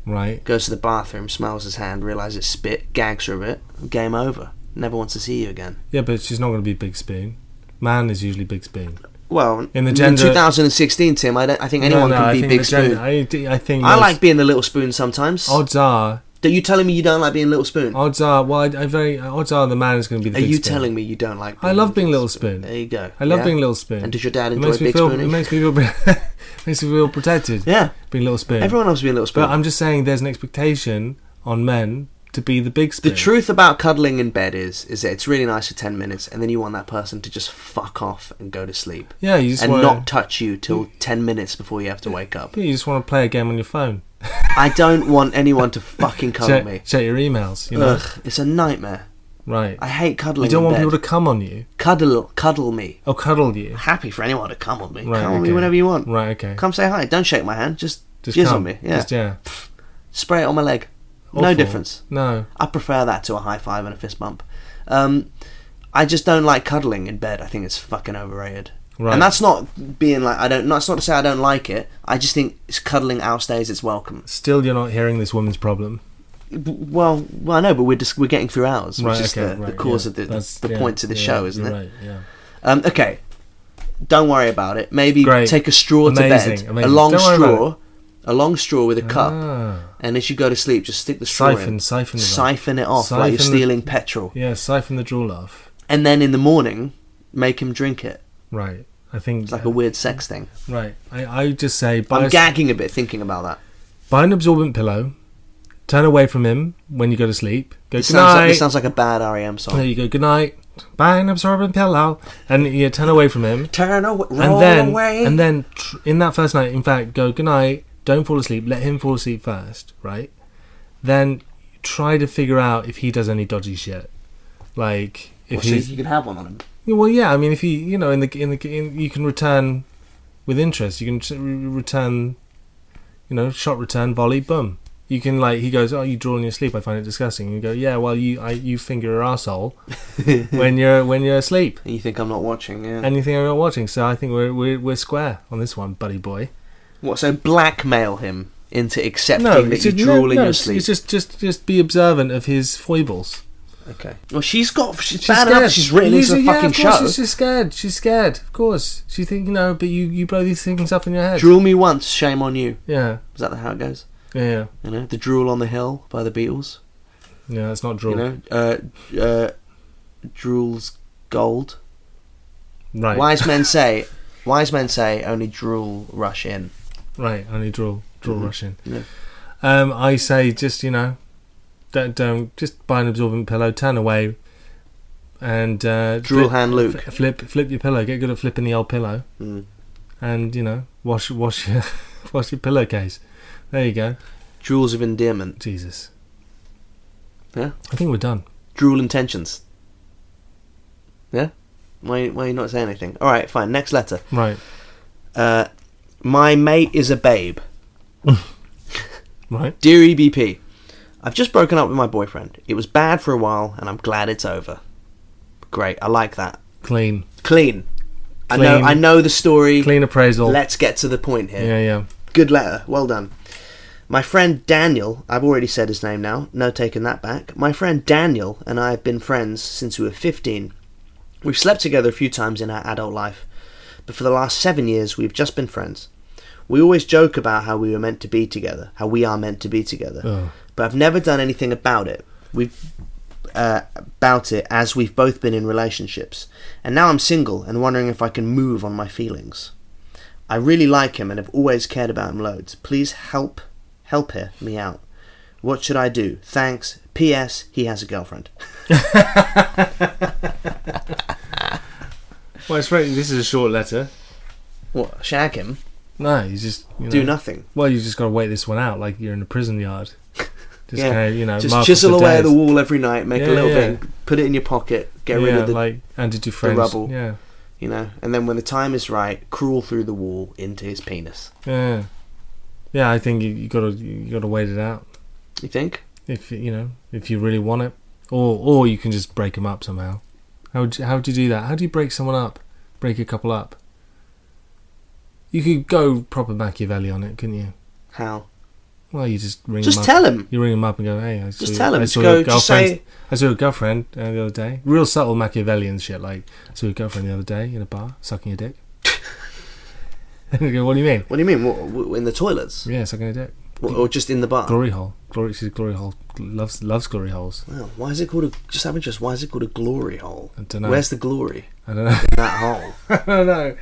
B: Right.
A: Goes to the bathroom, smells his hand, realizes it's spit, gags for a bit. Game over. Never wants to see you again.
B: Yeah, but she's not going to be big spoon. Man is usually big spoon.
A: Well,
B: In the gender-
A: 2016, Tim, I don't. I think anyone
B: No, no,
A: can
B: I
A: be
B: think
A: big
B: the
A: spoon.
B: gen- I, I think
A: I
B: most-
A: like being the little spoon sometimes.
B: Odds are
A: Are you telling me you don't like being Little Spoon?
B: Odds are, well, I, I very odds are the man is going to be the.
A: Are
B: big
A: you
B: spoon.
A: telling me you don't like?
B: I love being Little Spoon.
A: There you go.
B: I love
A: Yeah?
B: being Little Spoon.
A: And does your dad
B: It
A: enjoy
B: makes me
A: Big
B: feel. It
A: Spooning?
B: makes me feel. makes me feel protected.
A: Yeah,
B: Being Little Spoon.
A: everyone loves being Little Spoon.
B: But I'm just saying, there's an expectation on men to be the big
A: the
B: spoon.
A: truth about cuddling in bed is, is that it's really nice for ten minutes, and then you want that person to just fuck off and go to sleep,
B: Yeah, you just
A: and
B: want
A: not touch you till ten minutes before you have to wake up.
B: Yeah, you just want to play a game on your phone.
A: I don't want anyone to fucking cuddle
B: Check,
A: me.
B: check your emails. You know,
A: Ugh, it's a nightmare.
B: right?
A: I hate cuddling.
B: You don't
A: in
B: want
A: bed.
B: people to come on you
A: cuddle, cuddle me.
B: or cuddle you.
A: Happy for anyone to come on me.
B: Right,
A: come on me
B: okay.
A: whenever you want.
B: Right? Okay.
A: Come say hi. Don't shake my hand. Just,
B: Just
A: jizz
B: come.
A: on me. Yeah.
B: Just, yeah.
A: Spray it on my leg. No
B: Awful.
A: difference.
B: No.
A: I prefer that to a high five and a fist bump. Um, I just don't like cuddling in bed. I think it's fucking overrated.
B: Right.
A: And that's not being like I don't. That's not to say I don't like it. I just think it's cuddling outstays its welcome.
B: Still, you're not hearing this woman's problem.
A: W- Well, well, I know, but we're just, we're getting through ours, which
B: right,
A: is
B: okay,
A: the, the
B: right,
A: cause
B: yeah.
A: of the
B: That's-
A: the
B: yeah,
A: point of the
B: yeah,
A: show, isn't
B: you're
A: it?
B: Right, yeah.
A: Um, okay, don't worry about it. Maybe
B: Great.
A: take a straw
B: Amazing,
A: to bed, a
B: amazing.
A: long
B: Don't worry about
A: straw, a long straw with a cup,
B: Ah,
A: and as you go to sleep, just stick the straw
B: siphon,
A: in,
B: siphon, it off.
A: siphon it off like you're
B: Siphon the-
A: stealing petrol,
B: Yeah, siphon the drool off.
A: and then in the morning, make him drink it.
B: Right. I think
A: It's like a weird sex thing.
B: right. I, I just say buy,
A: I'm
B: a-
A: gagging a bit thinking about that.
B: buy an absorbent pillow. Turn away from him when you go to sleep. Go
A: This
B: good
A: sounds, like,
B: night.
A: this sounds like a bad REM
B: there
A: song.
B: you go. Good night. Buy an absorbent pillow, and you turn away from him.
A: Turn away, roll
B: and then
A: away.
B: and then tr- in that first night in fact go good night don't fall asleep let him fall asleep first right then try to figure out if he does any dodgy shit like if
A: Well, so
B: he's
A: you can have one on him.
B: yeah, well yeah i mean if he you know in the in the in, you can return with interest you can t- re- return you know shot return volley boom you can like he goes oh you draw in your sleep i find it disgusting you go yeah well you I, you finger your asshole when you're when you're asleep
A: And you think I'm not watching? Yeah.
B: anything I'm not watching. So I think we're we're, we're square on this one, buddy boy.
A: what? So blackmail him into accepting that you
B: just-
A: drool in
B: no,
A: your
B: it's-
A: sleep.
B: It's just just just be observant of his foibles.
A: Okay. Well, she's got. She's, bad enough. She's written into
B: Lisa,
A: the
B: yeah,
A: fucking
B: of course,
A: show.
B: She's just scared. She's scared. Of course, she think you know, but you you blow these things up in your head.
A: Drool me once, shame on you.
B: Yeah,
A: Is that how it goes?
B: yeah, yeah.
A: You know, the drool on the hill by the Beatles.
B: Yeah, that's not draw.
A: You know, uh, uh, drool's gold.
B: right,
A: Wise men say, wise men say, only drool rush in.
B: right. Only draw, draw rushing.
A: Mm-hmm. Yeah.
B: Um, I say just you know, don't don't just buy an absorbent pillow, turn away, and uh,
A: Drool
B: flip-
A: hand Luke.
B: F- flip flip your pillow. Get good at flipping the old pillow,
A: Mm.
B: and you know wash wash your wash your pillowcase. There you go.
A: Drools of endearment.
B: Jesus.
A: Yeah.
B: I think we're done.
A: Drool intentions. Yeah. Why? Why you not saying anything? All right, fine. Next letter.
B: Right.
A: Uh, my mate is a babe.
B: Right.
A: Dear EBP, I've just broken up with my boyfriend. It was bad for a while, and I'm glad it's over. Great, I like that.
B: Clean.
A: Clean. I know.
B: Clean.
A: I know the story.
B: Clean appraisal.
A: Let's get to the point here.
B: yeah, yeah.
A: Good letter. Well done. My friend Daniel, I've already said his name now, no taking that back. My friend Daniel and I have been friends since we were 15. We've slept together a few times in our adult life, but for the last seven years we've just been friends. We always joke about how we were meant to be together, how we are meant to be together,
B: Oh.
A: but I've never done anything about it. We've uh, about it as we've both been in relationships, and now I'm single and wondering if I can move on my feelings. I really like him and have always cared about him loads. Please help, help her, me out. What should I do? Thanks. P.S. He has a girlfriend.
B: Well, it's very, this is a short letter.
A: What? Shag him?
B: No, you just you know,
A: Do nothing.
B: Well, you just got to wait this one out, like you're in a prison yard. Just
A: Yeah.
B: kind of, you know,
A: Just
B: mark off
A: chisel
B: Uh, the
A: away at
B: days.
A: the wall every night. Make a
B: Yeah,
A: little
B: yeah.
A: bit. Put it in your pocket. Get rid
B: yeah,
A: of the,
B: like Andy Dufresne.
A: rubble.
B: Yeah,
A: you know. And then when the time is right, crawl through the wall into his penis.
B: yeah, yeah. I think you, you gotta you gotta wait it out.
A: You think?
B: if you know if you really want it, or or you can just break them up somehow. How would you, how do you do that? How do you break someone up? Break a couple up. You could go proper Machiavelli on it, couldn't you?
A: How?
B: Well, you just ring.
A: Just
B: them
A: tell
B: up.
A: him.
B: You ring them up and go, "Hey, I saw
A: Just
B: your-
A: tell him.
B: I
A: Just
B: saw
A: go-
B: your
A: just
B: girlfriend.
A: say-
B: I saw your girlfriend uh, the other day. Real subtle Machiavellian shit. Like, I saw your girlfriend the other day in a bar sucking your dick. And you go, what do you mean?
A: What do you mean? What, w- in the toilets?
B: Yeah, sucking a dick.
A: or, or just in the bar.
B: Glory hole. Glory. She's a glory hole. Loves loves glory holes.
A: Wow, why is it called a just out of interest? Why is it called a glory hole?
B: I dunno.
A: Where's the glory
B: I don't know.
A: in that hole?
B: I don't know.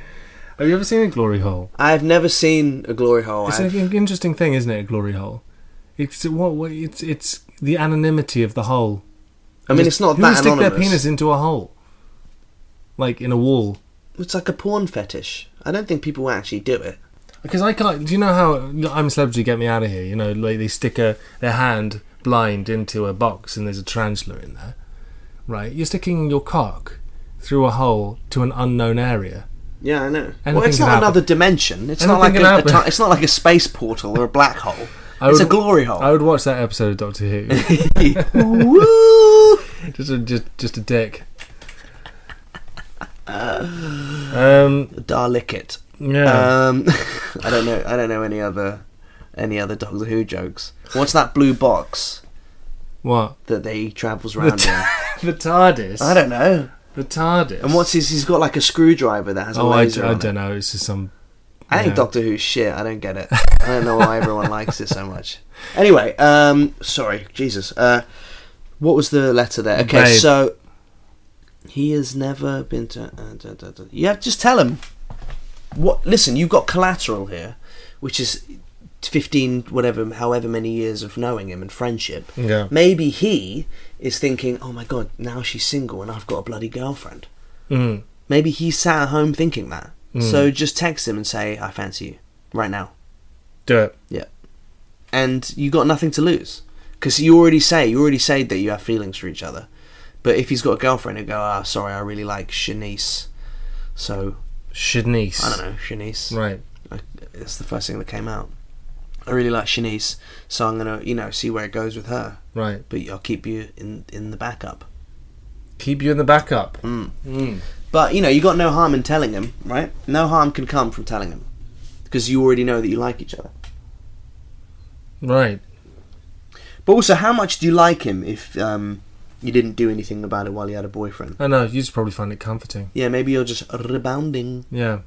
B: Have you ever seen a glory hole?
A: I've never seen a glory hole.
B: It's
A: I've-
B: an interesting thing, isn't it? A glory hole. It's what, what it's it's the anonymity of the hole.
A: I mean,
B: Just-
A: it's not
B: who would
A: that
B: stick
A: anonymous.
B: their penis into a hole, like in a wall.
A: It's like a porn fetish. I don't think people actually do it.
B: Because I can't. Do you know how I'm a celebrity? Get me out of here. You know, like they stick a their hand blind into a box and there's a tarantula in there, right? You're sticking your cock through a hole to an unknown area.
A: Yeah, I know.
B: Anything
A: well, it's
B: can
A: not
B: happen.
A: another dimension. It's
B: Anything
A: not like
B: can
A: a, a
B: happen.
A: ti- it's not like a space portal or a black hole.
B: I
A: it's
B: would-
A: a glory hole.
B: I would watch that episode of Doctor Who.
A: Woo!
B: just a just just a dick. Um.
A: Darlickit.
B: Yeah.
A: Um, I don't know. I don't know any other any other Doctor Who jokes. What's that blue box
B: what?
A: that they travels around in?
B: The TARDIS.
A: I don't know.
B: The TARDIS.
A: And what's his? He's got like a screwdriver that has a
B: Oh, I,
A: laser.
B: d- I
A: on it.
B: don't know. It's just some.
A: I think
B: Yeah.
A: Doctor Who's shit. I don't get it. I don't know why everyone likes it so much. Anyway, um, sorry, Jesus. Uh, what was the letter there? Okay,
B: Babe.
A: so he has never been to. Uh, da, da, da. You have just tell him. What? Listen, you've got collateral here, which is fifteen, whatever, however many years of knowing him and friendship.
B: Yeah.
A: Maybe he is thinking, "Oh my god, now she's single and I've got a bloody girlfriend."
B: Mm.
A: Maybe he sat at home thinking that. So just text him and say, I fancy you right now.
B: Do it.
A: Yeah. And you got nothing to lose. Because you already say, you already said that you have feelings for each other. But if he's got a girlfriend and go, ah, sorry, I really like Shanice. So,
B: Shanice.
A: I don't know, Shanice.
B: Right.
A: I, it's the first thing that came out. I really like Shanice, so I'm going to, you know, see where it goes with her.
B: Right.
A: But I'll keep you in, in the backup. Mm.
B: Keep you in the backup.
A: Hmm. But you know, you got no harm in telling him, right? No harm can come from telling him because you already know that you like each other.
B: Right.
A: But also, how much do you like him if um, you didn't do anything about it while he had a boyfriend?
B: I know. You just probably find it comforting.
A: Yeah, maybe you're just rebounding
B: Yeah.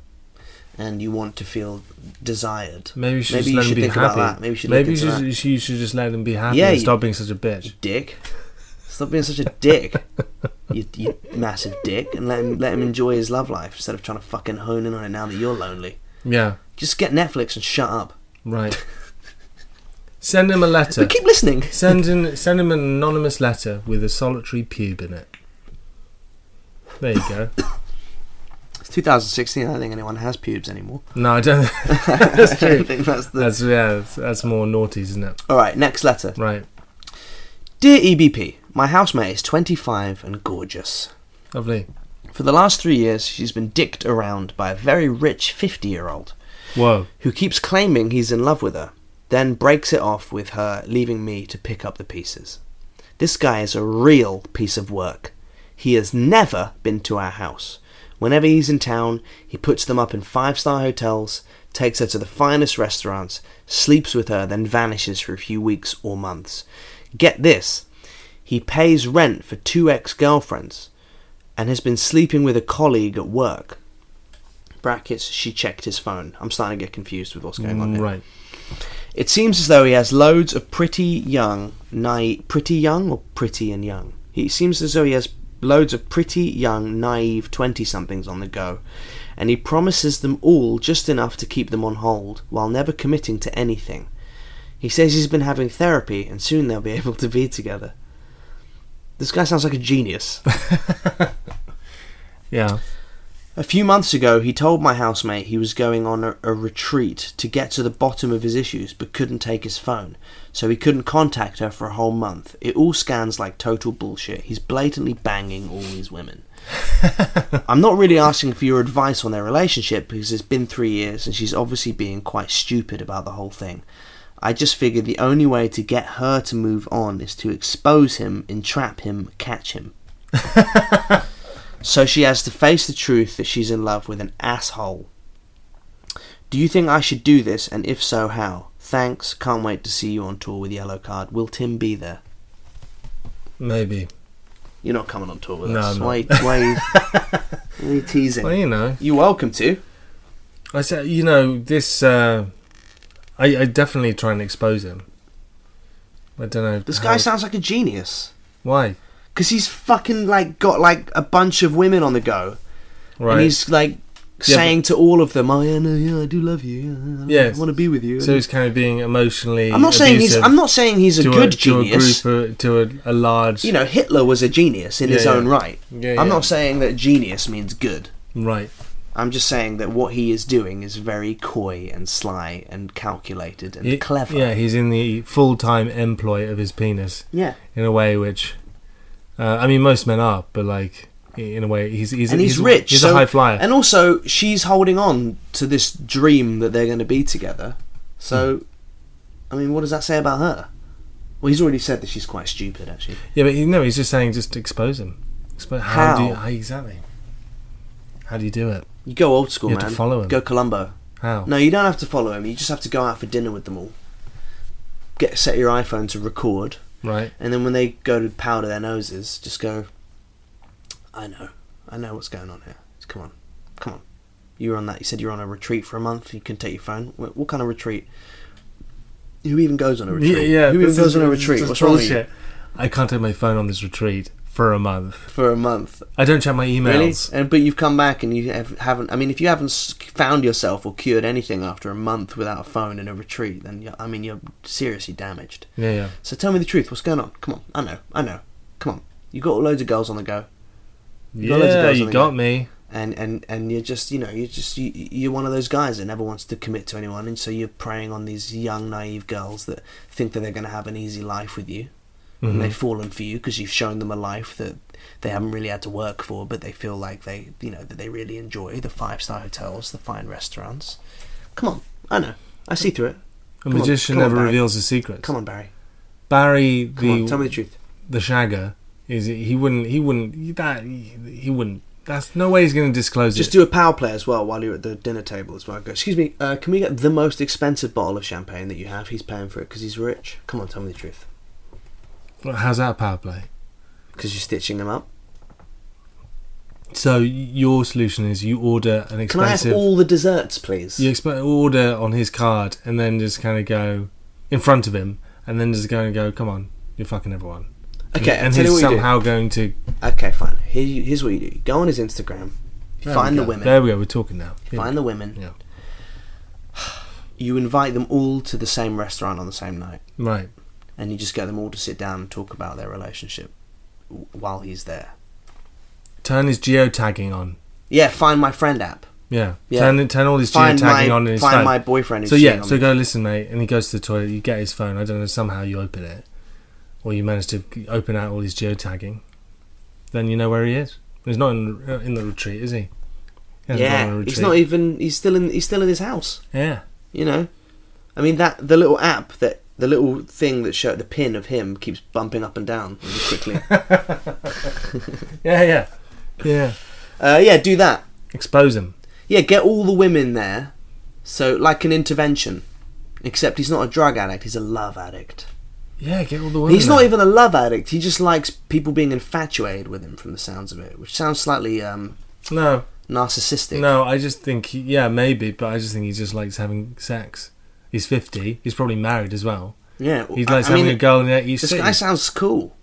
A: and you want to feel desired.
B: Maybe you should
A: Maybe
B: just
A: you
B: let
A: should
B: him be
A: think
B: happy.
A: about that. Maybe you should
B: Maybe
A: look
B: you
A: into
B: should,
A: that.
B: you should- you should just let him be happy
A: Yeah,
B: and
A: you-
B: stop being such a bitch.
A: Dick, stop being such a dick. You, you massive dick, and let him let him enjoy his love life instead of trying to fucking hone in on it now that you're lonely.
B: Yeah.
A: Just get Netflix and shut up.
B: Right. Send him a letter.
A: But keep listening.
B: Send in, send him an anonymous letter with a solitary pube in it. There you go.
A: It's 2016. I don't think anyone has pubes anymore.
B: No, I don't.
A: That's true. I think that's the
B: That's yeah. That's, that's more naughty, isn't it?
A: All right, next letter.
B: Right.
A: Dear EBP, my housemate is 25 and gorgeous.
B: Lovely.
A: For the last three years, she's been dicked around by a very rich 50 year old
B: Whoa.
A: who keeps claiming he's in love with her, then breaks it off with her, leaving me to pick up the pieces. This guy is a real piece of work. He has never been to our house. Whenever he's in town, he puts them up in five star hotels, takes her to the finest restaurants, sleeps with her, then vanishes for a few weeks or months. Get this he pays rent for two ex girlfriends and has been sleeping with a colleague at work. Brackets, she checked his phone. I'm starting to get confused with what's going on here.
B: Mm, Right.
A: It seems as though he has loads of pretty young, naive, pretty young or pretty and young. He seems as though he has loads of pretty young, naive twenty-somethings on the go, and he promises them all just enough to keep them on hold while never committing to anything. He says he's been having therapy, and soon they'll be able to be together. This guy sounds like a genius.
B: Yeah.
A: A few months ago, he told my housemate he was going on a, a retreat to get to the bottom of his issues but couldn't take his phone, so he couldn't contact her for a whole month. It all scans like total bullshit. He's blatantly banging all these women. I'm not really asking for your advice on their relationship because it's been three years and she's obviously being quite stupid about the whole thing. I just figured the only way to get her to move on is to expose him, entrap him, catch him. So she has to face the truth that she's in love with an asshole. Do you think I should do this, and if so, how? Thanks, can't wait to see you on tour with Yellow Card. Will Tim be there?
B: Maybe.
A: You're not coming on tour with
B: No,
A: us.
B: I'm
A: why,
B: not.
A: why, why are you teasing?
B: Well, you know.
A: You're welcome to.
B: I said, you know, this. Uh, I, I definitely try and expose him. I don't know.
A: This
B: how-
A: guy sounds like a genius.
B: Why?
A: Because he's fucking, like, got, like, a bunch of women on the go.
B: Right.
A: And he's, like,
B: Yeah,
A: saying to all of them, oh, yeah, no, yeah, I do love you. Yeah,
B: Yes.
A: I want to be with you.
B: so he's kind of being emotionally.
A: I'm not saying he's.
B: abusive
A: I'm not saying he's a
B: to
A: good
B: to
A: genius.
B: A group, uh, to a, a large.
A: you know, Hitler was a genius in
B: Yeah,
A: his
B: yeah.
A: own right.
B: Yeah,
A: I'm
B: yeah.
A: not saying that genius means good.
B: Right.
A: I'm just saying that what he is doing is very coy and sly and calculated and
B: He-
A: clever.
B: Yeah, he's in the full time employ of his penis
A: Yeah.
B: in a way which, uh, I mean, most men are, but like in a way, he's he's
A: and he's, rich.
B: He's
A: so-
B: a high flyer.
A: And also, she's holding on to this dream that they're going to be together.
B: Hmm.
A: So, I mean, what does that say about her? Well, he's already said that she's quite stupid, actually.
B: yeah, but he, no, he's just saying just expose him. Expose how? do you,
A: How?
B: how exactly? How do you do it?
A: You go old school,
B: You
A: man.
B: have to follow him.
A: Go Columbo.
B: How?
A: No, you don't have to follow him. You just have to go out for dinner with them all. Get set your iPhone to record,
B: Right.
A: and then when they go to powder their noses, just go. I know, I know what's going on here. Just come on, come on. You were on that. You said you were on a retreat for a month. You can take your phone. What, what kind of retreat? Who even goes on a retreat? Who even
B: this
A: goes
B: is-
A: on a
B: this is
A: retreat?
B: just
A: What's wrong with you?
B: bullshit. I can't take my phone on this retreat for a month.
A: For a month,
B: I don't check my
A: really?
B: emails.
A: And but you've come back and you have, haven't. I mean, if you haven't s- found yourself or cured anything after a month without a phone in a retreat, then you I mean, you're seriously damaged.
B: Yeah, yeah.
A: So tell me the truth. What's going on? Come on. I know. I know. Come on. You got loads of girls on the go, You
B: Yeah,
A: got loads of girls on
B: you
A: the
B: got
A: go.
B: me.
A: and and and you're just you know you're just you, you're one of those guys that never wants to commit to anyone, and so you're preying on these young naive girls that think that they're going to have an easy life with you, and they've fallen for you because you've shown them a life that they haven't really had to work for, but they feel like they you know that they really enjoy the five star hotels, the fine restaurants. Come on. I know. I see through it.
B: A
A: Come on,
B: magician
A: come on,
B: never
A: Barry.
B: reveals his secrets.
A: Come on, Barry.
B: Barry,
A: Come
B: the
A: on. Tell me the truth.
B: the Shagger is he wouldn't he wouldn't he- that he wouldn't that's no way he's going to disclose
A: Just
B: it.
A: do a power play as well while you're at the dinner table as well. Go, excuse me, uh, can we get the most expensive bottle of champagne that you have? He's paying for it because he's rich. Come on, tell me the truth.
B: Well, How's that a power play?
A: Because you're stitching him up.
B: So y- your solution is you order an
A: Can I
B: expensive
A: have all the desserts, please?
B: you exp- order on his card and then just kind of go in front of him and then just go and go come on you're fucking everyone. and,
A: Okay, I'll
B: and
A: tell you
B: he's
A: what you do.
B: somehow going to
A: Okay, fine. Here you, here's what you do. You go on his Instagram. You
B: There
A: find
B: we
A: the
B: go.
A: women.
B: There we go. We're talking now.
A: You Find the women.
B: Yeah.
A: You invite them all to the same restaurant on the same night.
B: Right.
A: And you just get them all to sit down and talk about their relationship w- while he's there.
B: Turn his geotagging on.
A: Yeah, find my friend app.
B: Yeah.
A: Yeah.
B: Turn turn all his
A: Find
B: geotagging
A: my-
B: on in his
A: find
B: phone.
A: my boyfriend who's
B: So yeah.
A: cheating on
B: So
A: me.
B: go listen, mate, and he goes to the toilet. You get his phone. I don't know. Somehow you open it, or you manage to g- open out all his geotagging. Then you know where he is. He's not in uh, in the retreat, is he? He hasn't gone on a
A: Yeah, he's
B: retreat.
A: not even. He's still in. He's still in his house.
B: Yeah.
A: You know, I mean that the little app that the little thing that showed the pin of him keeps bumping up and down really quickly.
B: Yeah. Yeah. Yeah.
A: uh, yeah, do that.
B: Expose him.
A: Yeah, get all the women there. So like an intervention, except he's not a drug addict. He's a love addict.
B: Yeah. Get all the women.
A: He's not
B: there.
A: even a love addict. He just likes people being infatuated with him, from the sounds of it, which sounds slightly um,
B: No.
A: narcissistic.
B: No. I just think. He, yeah. Maybe. But I just think he just likes having sex. He's fifty. He's probably married as well.
A: Yeah,
B: He
A: I-
B: likes
A: I
B: having
A: mean,
B: a girl in the each
A: This
B: city.
A: guy sounds cool.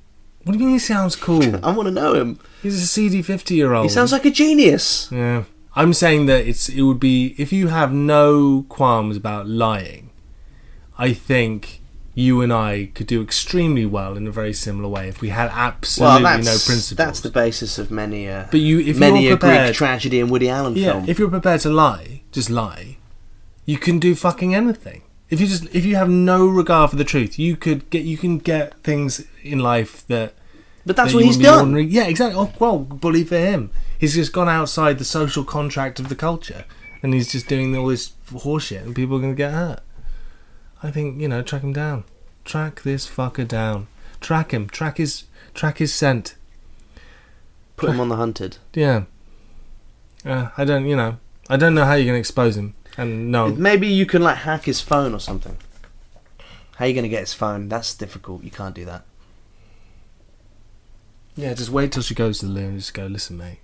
B: What do you mean he sounds cool?
A: I want to know him.
B: He's a seedy fifty-year-old.
A: He sounds like a genius.
B: Yeah. I'm saying that it's it would be if you have no qualms about lying, I think you and I could do extremely well in a very similar way if we had absolutely no principles.
A: That's the basis of many a
B: But you- if
A: many
B: you're
A: a
B: prepared-
A: Greek tragedy and Woody Allen
B: yeah.
A: film.
B: If you're prepared to lie, just lie. You can do fucking anything. If you just if you have no regard for the truth, you could get you can get things in life that
A: but that's
B: that
A: what
B: you
A: he's
B: wouldn't be
A: done.
B: ordinary- Yeah, exactly. Oh, well, bully for him. He's just gone outside the social contract of the culture, and he's just doing all this horseshit, and people are going to get hurt. I think you know, track him down, track this fucker down, track him, track his, track his scent.
A: Put him on the hunted.
B: Yeah. Uh, I don't, you know, I don't know how you're going to expose him, and no,
A: Maybe you can like hack his phone or something. How are you going to get his phone? That's difficult. You can't do that.
B: yeah, just wait till she goes to the loo and just go, listen, mate.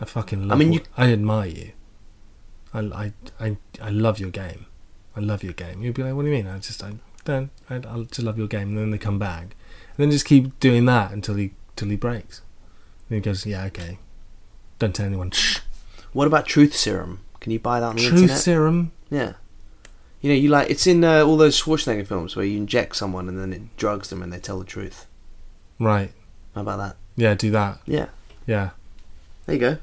B: I fucking love.
A: mean,
B: what-
A: you-
B: I admire you. I, I, I, I love your game. I love your game. You'd be like, what do you mean? I just, I don't, I, I just love your game. And then they come back. And then just keep doing that until he, till he breaks. And he goes, yeah, okay. Don't tell anyone. Shh.
A: What about truth serum? Can you buy that on the
B: Truth
A: internet?
B: serum.
A: Yeah. You know, you like it's in uh, all those Schwarzenegger films where you inject someone and then it drugs them and they tell the truth.
B: Right.
A: How about that?
B: Yeah, do that.
A: Yeah.
B: Yeah.
A: There you go.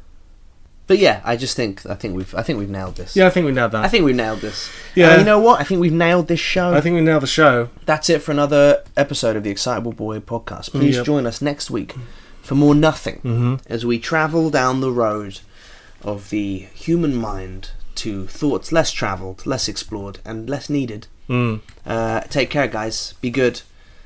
A: But yeah, I just think I think we've I think we've nailed this.
B: Yeah, I think we nailed that.
A: I think we've nailed this.
B: Yeah.
A: And you know what? I think we've nailed this show.
B: I think we nailed the show.
A: That's it for another episode of the Excitable Boy podcast. Please
B: Yep.
A: join us next week for more nothing
B: Mhm.
A: as we travel down the road of the human mind to thoughts less travelled, less explored, and less needed.
B: Mm.
A: Uh, take care, guys. Be good.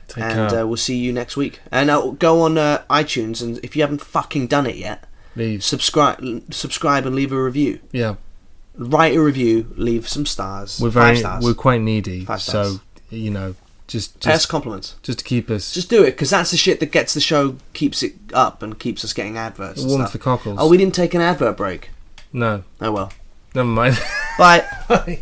B: Take
A: and
B: care.
A: Uh, we'll see you next week. And uh, go on uh, iTunes, and if you haven't fucking done it yet,
B: Leaves.
A: subscribe, subscribe, and leave a review.
B: Yeah.
A: Write a review, leave some stars.
B: We're
A: five
B: very,
A: stars.
B: we're quite needy.
A: Five
B: So,
A: stars.
B: you know, just,
A: Pay us
B: just,
A: compliments.
B: just to keep us
A: Just do it because that's the shit that gets the show, keeps it up, and keeps us getting adverts.
B: It
A: and
B: warms
A: stuff.
B: the cockles.
A: Oh, we didn't take an advert break.
B: No,
A: Oh well.
B: never mind.
A: Bye.